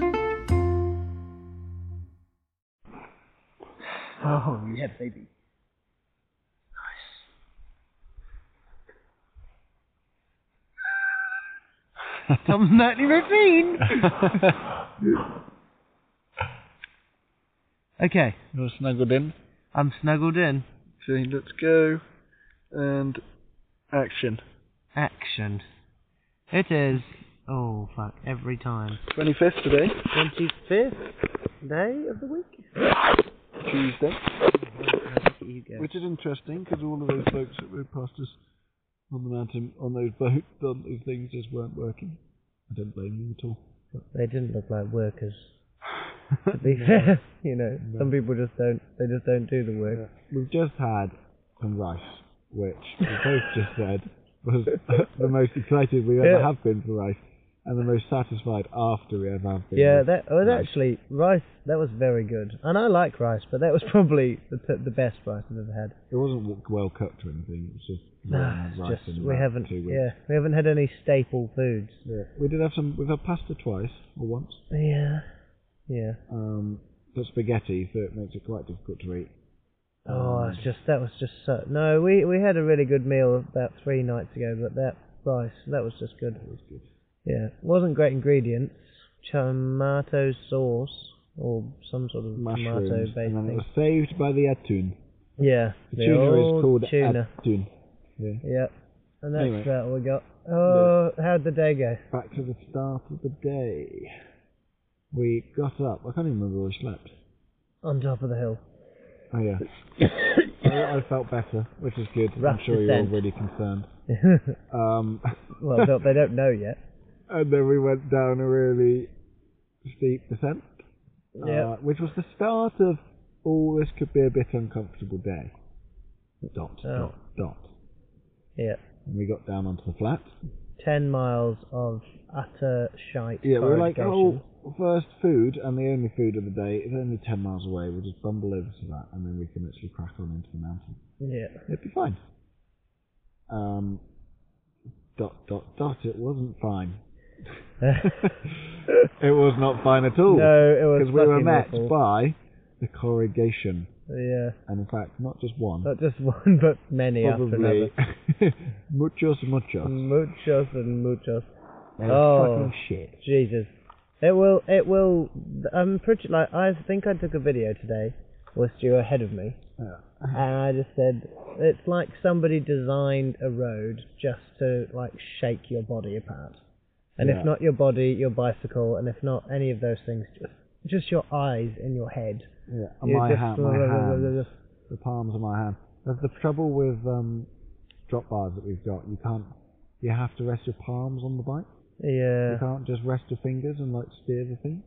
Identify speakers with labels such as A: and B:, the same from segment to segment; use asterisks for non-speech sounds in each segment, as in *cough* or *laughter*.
A: have Oh, baby. Tom Nightly Routine. okay,
B: You're snuggled in.
A: I'm snuggled in.
B: See, let's go. And action.
A: Action. It is. Oh, fuck, every time.
B: 25th today,
A: 25th day of the week?
B: Tuesday.
A: You go.
B: Which is interesting because all of those folks that rode past us on the mountain on those boats, on those things just weren't working. I don't blame them at all.
A: They didn't look like workers. To *laughs* be fair, you know, some people just don't. They just don't do the work.
B: We've just had some rice, which we both just said was *laughs* the most excited we ever
A: Yeah.
B: have been for rice, and the most satisfied after we ever have been.
A: Yeah,
B: with
A: that was
B: rice.
A: actually rice. That was very good, and I like rice, but that was *laughs* probably the the best rice I've ever had.
B: It wasn't w- well cooked or anything. It was just we haven't
A: No,
B: had
A: it's
B: rice
A: just
B: in
A: we
B: about
A: haven't.
B: Two weeks.
A: Yeah, we haven't had any staple foods.
B: Yeah. We did have some. We've had pasta twice or once.
A: Yeah, yeah.
B: Um, but spaghetti, so it makes it quite difficult to eat.
A: Oh, it's just that was just so. No, we we had a really good meal about three nights ago, but that rice that was just good.
B: It was good.
A: Yeah, wasn't great ingredients. Tomato sauce or some sort of tomato
B: Mushrooms,
A: based
B: and then it
A: thing.
B: was saved by the attune.
A: Yeah,
B: The
A: the
B: tuna is
A: old
B: called
A: tuna.
B: attune. Yeah.
A: Yeah, and that's
B: Anyway.
A: about all we got. Oh, how'd the day go?
B: Back to the start of the day. We got up. I can't even remember where we slept.
A: On top of the
B: *coughs*
A: hill.
B: Oh yeah. I, I felt better, which is good.
A: Rough
B: I'm sure you're all
A: descent.
B: really concerned. Um,
A: well, don't, they don't know yet.
B: *laughs* and then we went down a really steep descent, uh,
A: Yeah.
B: which was the start of all this could be a bit uncomfortable day. Dot
A: Oh.
B: dot dot.
A: Yeah,
B: And we got down onto the flat.
A: ten miles of utter shite.
B: Yeah, we were like,
A: forestification.
B: oh, first food and the only food of the day is only ten miles away. We'll just bumble over to that, and then we can literally crack on into the mountain.
A: Yeah, *laughs*
B: It'd be fine. Um, dot dot dot. It wasn't fine. *laughs* it was not fine at all.
A: No, it was
B: because we were
A: fucking
B: met
A: awful.
B: by the corrugation,
A: yeah.
B: and in fact, not just one,
A: Not just *laughs* one, but many after another.
B: probably *laughs* muchos muchos.
A: Muchos and muchos.
B: They
A: Mm.
B: were
A: Oh.
B: fucking shit.
A: Jesus. It will, it will, I'm pretty, like, I think I took a video today with Stu ahead of me,
B: Yeah.
A: and I just said, it's like somebody designed a road just to, like, shake your body apart. And
B: Yeah.
A: if not your body, your bicycle, and if not any of those things, just, just your eyes and your head.
B: Yeah, and
A: You
B: my
A: just-
B: hand,
A: *laughs*
B: my hands, the palms of my hand. That's the trouble with um, drop bars that we've got. You can't. You have to rest your palms on the bike. You
A: Yeah.
B: can't just rest your fingers and like steer the thing.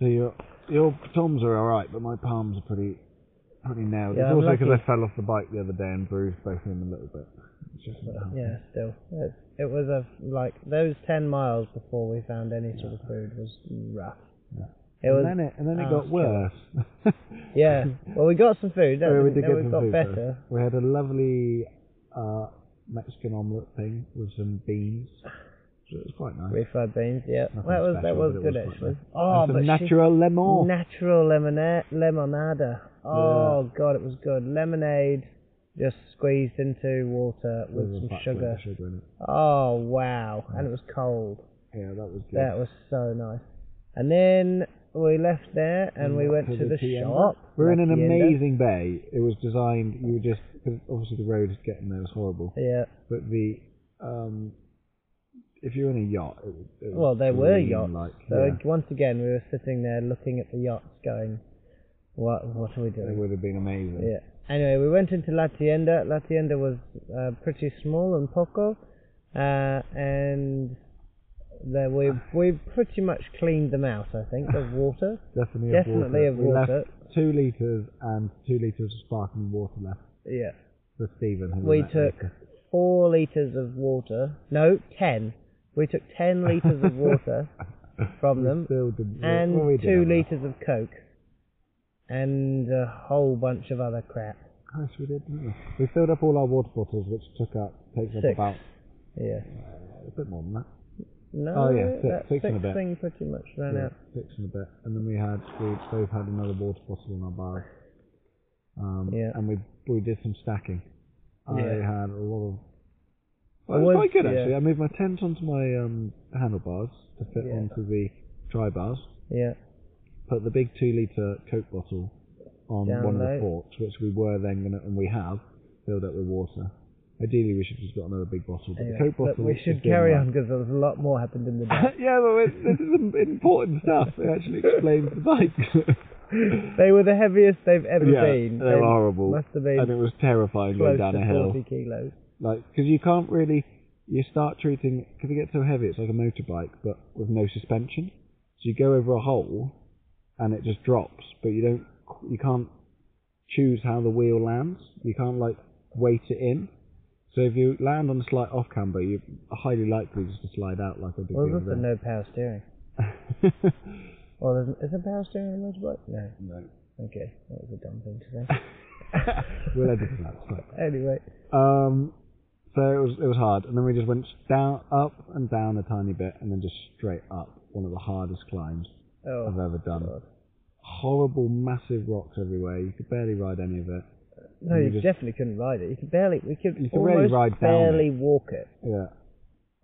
B: So your your thumbs are all right, but my palms are pretty pretty nailed.
A: Yeah,
B: it's
A: I'm
B: also because
A: lucky.
B: I fell off the bike the other day and bruised both of them a little bit. It's just uh, not helping.
A: Yeah, still. It, it was a, like, those 10 miles before we found any sort of food was rough. It was,
B: and then it and then it
A: oh,
B: got
A: it's
B: worse.
A: *laughs*
B: *laughs*
A: Yeah. Well, we got some food.
B: Yeah,
A: Then
B: we did get
A: we
B: some
A: got
B: food
A: better.
B: though. We had a lovely uh, Mexican omelette thing with some beans. So it was quite nice.
A: Refried beans. Yeah.
B: Nothing
A: that was that
B: special,
A: was
B: but it
A: good
B: was quite
A: actually.
B: nice.
A: Oh,
B: and
A: but
B: some
A: she-
B: natural lemon.
A: natural lemonade, lemonada. Oh god, it was good. Lemonade, just squeezed into water with
B: With the
A: some
B: fact that
A: sugar.
B: there's sugar in it.
A: Oh wow, and it was cold.
B: Yeah, that was good.
A: That was so nice. And then we left there and we went to the,
B: Mm. tienda.
A: shop.
B: We're in
A: La
B: an
A: tienda.
B: amazing bay. It was designed. You were just 'cause obviously the road getting there was horrible,
A: Yeah.
B: but the um, if you're in a yacht, it, was- it was
A: Well, there were
B: dream
A: yachts.
B: Like,
A: so
B: yeah,
A: once again, we were sitting there looking at the yachts, going, "What? What are we
B: it
A: doing?"
B: would have been amazing.
A: Yeah. Anyway, we went into La Tienda. La Tienda was uh, pretty small and poco, uh, and there we we pretty much cleaned them out. I think
B: *laughs*
A: of water.
B: Definitely,
A: Definitely
B: of
A: of
B: water. We
A: water.
B: left two liters and two liters of sparkling water left
A: Yeah.
B: for Stephen. who
A: We
B: met
A: took
B: later.
A: four liters of water. No, ten. We took
B: *laughs*
A: ten liters of water from them,
B: Still didn't.
A: and
B: well, we did
A: two
B: have enough.
A: liters of coke, and a whole bunch of other crap.
B: Christ, we did. Didn't we? we filled up all our water bottles, which took up takes up
A: Six.
B: about uh,
A: Yeah.
B: a bit more than that.
A: No,
B: Oh, yeah, six-
A: that
B: six and a bit.
A: thing pretty much ran
B: Yeah,
A: out.
B: six in a bit, and then we had we both had another water bottle in our bar. Um,
A: Yeah.
B: And we we did some stacking. I
A: Yeah.
B: had a lot of.
A: I
B: Well, it was
A: was-
B: quite good
A: yeah.
B: actually. I moved my tent onto my um, handlebars to fit
A: Yeah.
B: onto the tri bars.
A: Yeah.
B: Put the big two litre Coke bottle on
A: Down
B: one of
A: low.
B: the forks, which we were then gonna and we have filled up with water. Ideally, we should have just got another big bottle, but
A: Anyway,
B: the Coke
A: but
B: bottle.
A: we
B: is
A: should
B: doing
A: carry
B: well.
A: on because there's a lot more happened in the day.
B: *laughs* yeah, well, it, this is im- important stuff. It actually explains the bike.
A: they were the heaviest they've ever
B: yeah,
A: been.
B: they were
A: *laughs* They
B: horrible.
A: Must have been
B: and it was terrifying
A: close
B: going down a
A: to
B: hill.
A: 40 kilos.
B: Like, because you can't really, you start treating, because it gets so heavy, it's like a motorbike, but with no suspension. So you go over a hole, and it just drops, but you don't, you can't choose how the wheel lands. You can't, like, weight it in. So if you land on a slight off camber, you're highly likely just to slide out like I did
A: Well,
B: the
A: there's also
B: other
A: no power steering.
B: day. *laughs*
A: Or there's, is there power steering on a motorbike? No.
B: No.
A: Okay, that was a dumb thing to say.
B: *laughs* we'll edit it out. it's
A: *laughs*
B: fine.
A: anyway,
B: Um, so it was it was hard, and then we just went down, up, and down a tiny bit, and then just straight up. One of the hardest climbs
A: oh,
B: I've ever done.
A: God.
B: Horrible, massive rocks everywhere. You could barely ride any of it.
A: no,
B: You
A: you
B: just-
A: definitely couldn't ride it. You could barely, we could
B: You could
A: almost
B: barely ride down
A: barely walk it.
B: Yeah,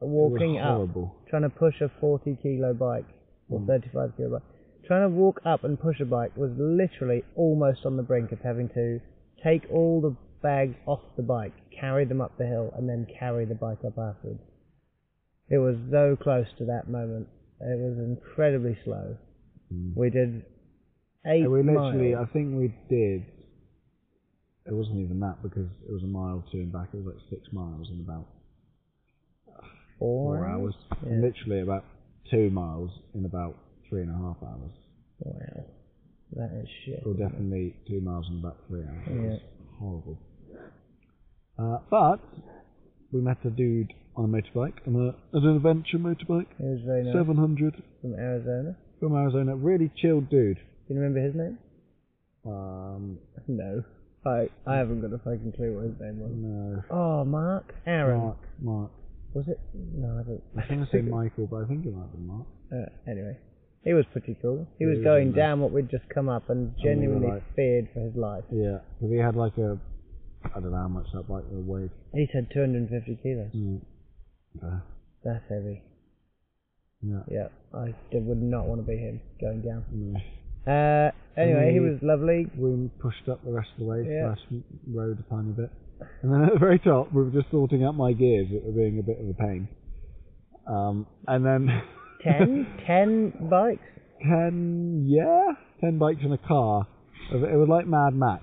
B: it
A: Walking
B: was
A: up,
B: horrible.
A: trying to push a 40 kilo bike or
B: Mm.
A: 35 kilo bike, trying to walk up and push a bike was literally almost on the brink of having to take all the bags off the bike, carry them up the hill, and then carry the bike up afterwards. It was so close to that moment. It was incredibly slow. We did eight
B: Mm. And we literally,
A: miles.
B: I think we did. It wasn't even that because it was a mile to and back. It was like six miles in about
A: Four,
B: uh, four hours.
A: Yeah.
B: Literally about two miles in about three and a half hours.
A: Wow, that is shit.
B: Well, definitely two miles in about three hours. It was horrible. Uh, but we met a dude on a motorbike, on a, an adventure motorbike,
A: It was very nice
B: 700
A: from Arizona.
B: from Arizona. Really chilled dude.
A: Do you remember his name?
B: Um,
A: *laughs* No. I I haven't got a fucking clue what his name was.
B: no,
A: Oh, Mark? Aaron.
B: Mark, Mark.
A: Was it? No, I don't.
B: I was going to say
A: *laughs*
B: Michael, but I think it might be Mark.
A: Uh, anyway, he was pretty cool. He
B: Yeah,
A: was
B: he was
A: going
B: really nice.
A: down what we'd just come up and
B: we were
A: genuinely
B: like-
A: feared for his life.
B: Yeah, because he had like a, I don't know how much that bike would weigh.
A: He said 250 kilos.
B: Mm. Uh,
A: That's heavy.
B: yeah.
A: Yeah, I did, would not want to be him going down.
B: Mm.
A: Uh, anyway, he
B: Mm.
A: was lovely.
B: we pushed up the rest of the way,
A: Yeah.
B: slash rode a tiny bit. And then *laughs* at the very top, we were just sorting out my gears that were being a bit of a pain. Um, and then. *laughs*
A: Ten, ten bikes.
B: ten, yeah? Ten bikes in a car. It was it was like Mad Max,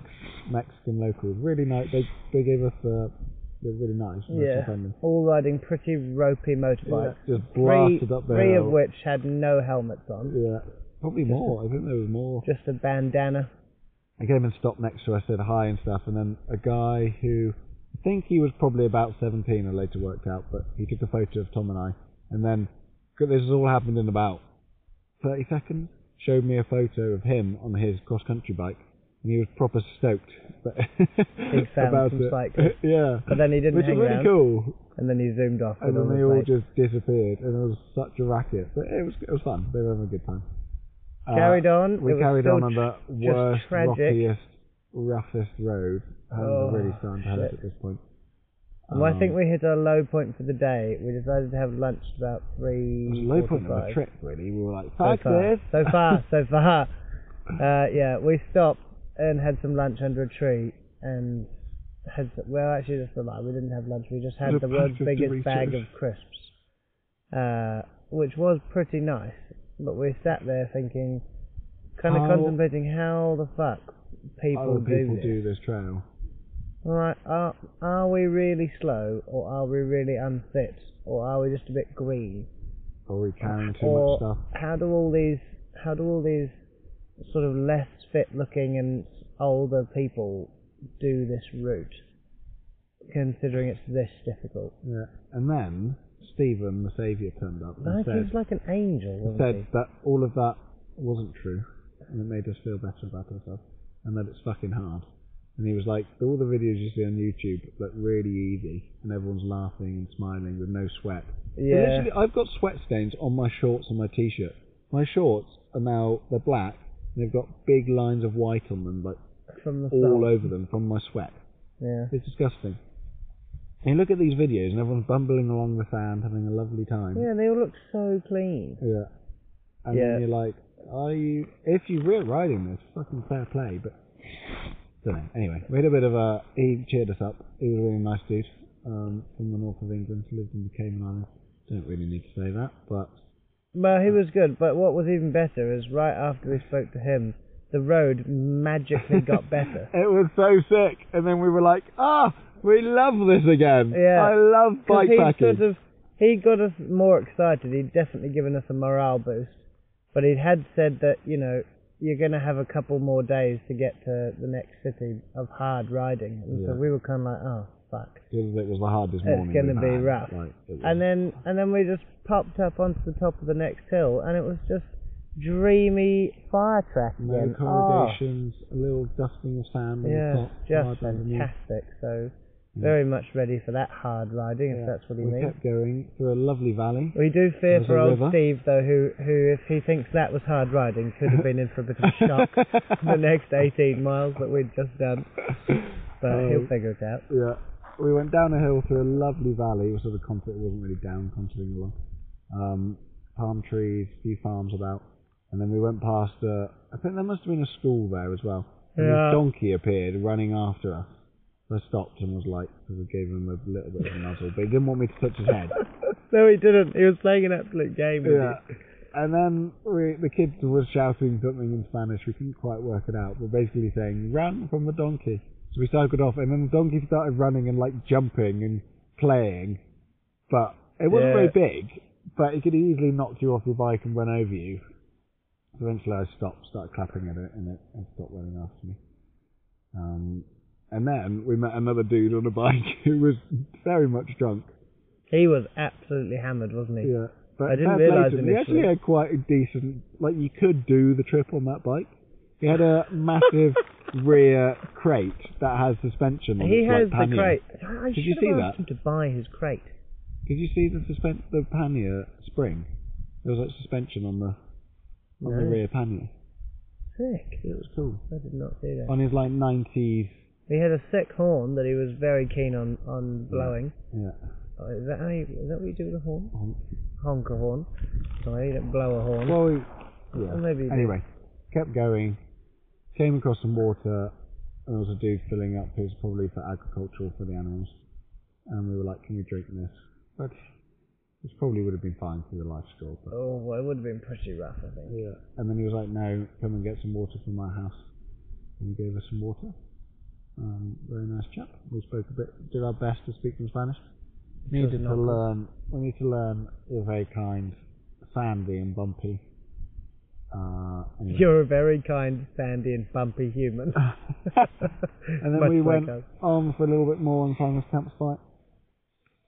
B: Mexican locals. Really nice. They, they gave us a. They're really nice. nice and
A: Yeah,
B: friendly.
A: all riding pretty ropey
B: Yeah,
A: motorbikes.
B: Just
A: Three,
B: blasted up there.
A: three of which had no helmets on,
B: Yeah. Probably more. I think there was more.
A: just a bandana.
B: I came and stopped next to her, said hi and stuff, and then a guy who I think he was probably about 17 I later worked out, but he took a photo of Tom and I, and then 'cause this has all happened in about 30 seconds. Showed me a photo of him on his cross country bike, and he was proper stoked *laughs* but
A: fan
B: about
A: from
B: it.
A: cycling.
B: *laughs* yeah,
A: But then he didn't
B: which
A: hang
B: is really
A: around.
B: cool.
A: And then he zoomed off.
B: And
A: with
B: then
A: all
B: they
A: the
B: all
A: plates.
B: just disappeared, and it was such a racket. But it was it was fun. They were having a good time. Uh,
A: Carried on.
B: We
A: It was
B: carried
A: still
B: on on the
A: just
B: worst,
A: tragic.
B: rockiest, roughest road. And
A: Oh,
B: really starting to hurt
A: shit.
B: at this point.
A: And I think
B: Um,
A: we hit our low point for the day. We decided to have lunch about three.
B: it was a low point of the
A: 45.
B: trip. Really, we were like,
A: So
B: "Fuck
A: far,
B: this!"
A: so
B: *laughs*
A: far, so far. Uh, yeah, we stopped and had some lunch under a tree and had. s- Well, actually, that's a lie. We didn't have lunch. We just had
B: Had a
A: the world's
B: pack of
A: biggest bag of
B: Doritos.
A: crisps, uh, which was pretty nice. But we sat there thinking, kind of
B: How-
A: contemplating how the fuck
B: How
A: people
B: do people
A: this.
B: do this trail?
A: Right, are, are we really slow or are we really unfit or are we just a bit green?
B: Are we carrying too
A: or
B: much stuff?
A: how do all these how do all these sort of less fit looking and older people do this route? Considering it's this difficult,
B: Yeah. And then Stephen, the saviour, turned up and
A: like
B: said,
A: he's like an angel, wasn't
B: said that all of that wasn't true, and it made us feel better about ourselves, and that it's fucking hard. And he was like, all the videos you see on YouTube look really easy, and everyone's laughing and smiling with no sweat.
A: he?
B: But
A: Yeah,
B: Literally, I've got sweat stains on my shorts and my t-shirt. My shorts are now they're black, and they've got big lines of white on them, like
A: from the
B: all
A: sun.
B: over them from my sweat.
A: Yeah.
B: It's disgusting. And you look at these videos and everyone's bumbling along the sand, having a lovely time.
A: Yeah, they all look so clean.
B: Yeah. And
A: Yeah.
B: then you're like, are you? If you were riding this, fucking fair play. But don't know. Anyway, we had a bit of a. He cheered us up. He was a really nice dude um, from the north of England. Lived in the Cayman Islands. Don't really need to say that, but
A: Well, he was good, but what was even better is right after we spoke to him, the road magically
B: *laughs*
A: got better.
B: it was so sick. And then we were like, ah, we love this again.
A: Yeah.
B: I love
A: 'Cause
B: bike
A: he
B: packing.
A: sort of he got us more excited. He'd definitely given us a morale boost, but he had said that you know you're going to have a couple more days to get to the next city of hard riding, and so
B: Yeah.
A: we were kind of like, oh fuck.
B: Because it was the hardest
A: It's
B: morning.
A: gonna
B: we've
A: be
B: had.
A: rough.
B: Like, it was-
A: And then and then we just popped up onto the top of the next hill, and it was just dreamy fire track
B: no
A: again. Oh.
B: corrugations, a little dusting of sand on the
A: Yeah,
B: top.
A: just
B: hard underneath.
A: fantastic. So very much ready for that hard riding, if
B: Yeah.
A: that's what he
B: we
A: means.
B: kept going through a lovely valley.
A: We do fear
B: There's
A: for
B: a
A: old
B: river.
A: Steve though, who who if he thinks that was hard riding, could have been in for a bit of a
B: *laughs*
A: shock *laughs* the next 18 miles that we'd just done.
B: *laughs*
A: But he'll
B: Um,
A: figure it out.
B: Yeah. We went down a hill through a lovely valley, which was a concert it wasn't really down concerting along. Um, palm trees, few farms about. And then we went past uh, I think there must have been a school there as well. And
A: Yeah.
B: this donkey appeared running after us. I stopped and was like, because we gave him a little bit of a nuzzle, but he didn't want me to touch his head.
A: *laughs* No, he didn't. He was playing an absolute game with
B: Yeah. And then we, the kids were shouting something in Spanish. We couldn't quite work it out, but basically saying, run from the donkey. So we cycled off, and then the donkey started running and like jumping and playing. But it wasn't
A: Yeah.
B: very big, but it could easily knock you off your bike and run over you. So eventually I stopped, started clapping at it, and it and stopped running after me. Um, and then we met another dude on a bike *laughs* who was very much drunk.
A: you. He was absolutely hammered, wasn't he?
B: Yeah, but
A: I didn't
B: fair play
A: realise
B: to him.
A: initially.
B: He actually had quite a decent. Like you could do the trip on that bike. He had a
A: *laughs*
B: massive rear crate that has suspension. On
A: He
B: it,
A: has
B: like pannier.
A: the crate. I
B: Did you
A: should
B: see
A: have
B: that?
A: asked him to buy his crate.
B: Did you see the suspen the pannier spring? There was like suspension on the on the
A: No.
B: rear pannier.
A: Sick.
B: It was cool.
A: I did not see that.
B: On his like nineties.
A: He had a sick horn that he was very keen on on blowing.
B: Yeah.
A: Oh, Is that how you, is that what you do with a horn?
B: on-
A: Honk a horn. Sorry, you don't blow a horn.
B: Well, we,
A: Or maybe he did.
B: anyway, kept going, came across some water, and there was a dude filling up who's probably for agricultural for the animals, and we were like, "Can we drink this?" But this probably would have been fine for the life straw. But,
A: Oh, well, it would have been pretty rough, I think.
B: yeah. And then he was like, "No, come and get some water from my house," and he gave us some water. Um, very nice chap. We spoke a bit, did our best to speak some Spanish. Needed to
A: not-
B: learn. We need to learn. You're very kind, sandy and bumpy. Uh, anyway.
A: You're a very kind, sandy, and bumpy human.
B: *laughs* and then
A: Much
B: we
A: like
B: went
A: us.
B: on for a little bit more and found this campsite.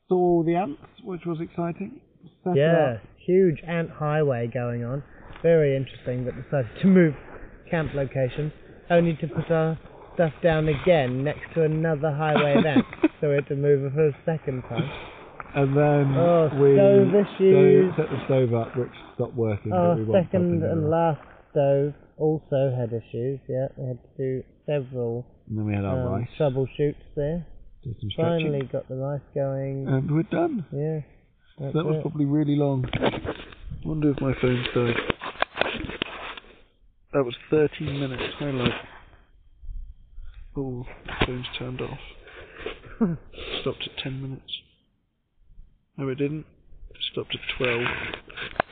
B: Saw the ants, which was exciting. Set
A: Yeah,
B: up.
A: huge ant highway going on. Very interesting, but decided to move camp location, only to put our stuff down again next to another highway of
B: *laughs*
A: ants. So we had to move for a second time.
B: And then
A: Oh,
B: we
A: stove issues.
B: set the stove up, which stopped working. but
A: Our
B: we wound up in
A: second
B: the
A: and
B: middle.
A: last stove also had issues. Yeah, we had to do several
B: And then we had our
A: um,
B: rice.
A: troubleshoots there.
B: Did some stretching.
A: Finally got the rice going.
B: And we're done.
A: yeah. That's
B: that was
A: it.
B: probably really long. wonder if my phone's died. That was 13 minutes. How long? Oh, phone's turned off. Stopped at 10 minutes. No, it didn't. It stopped at 12.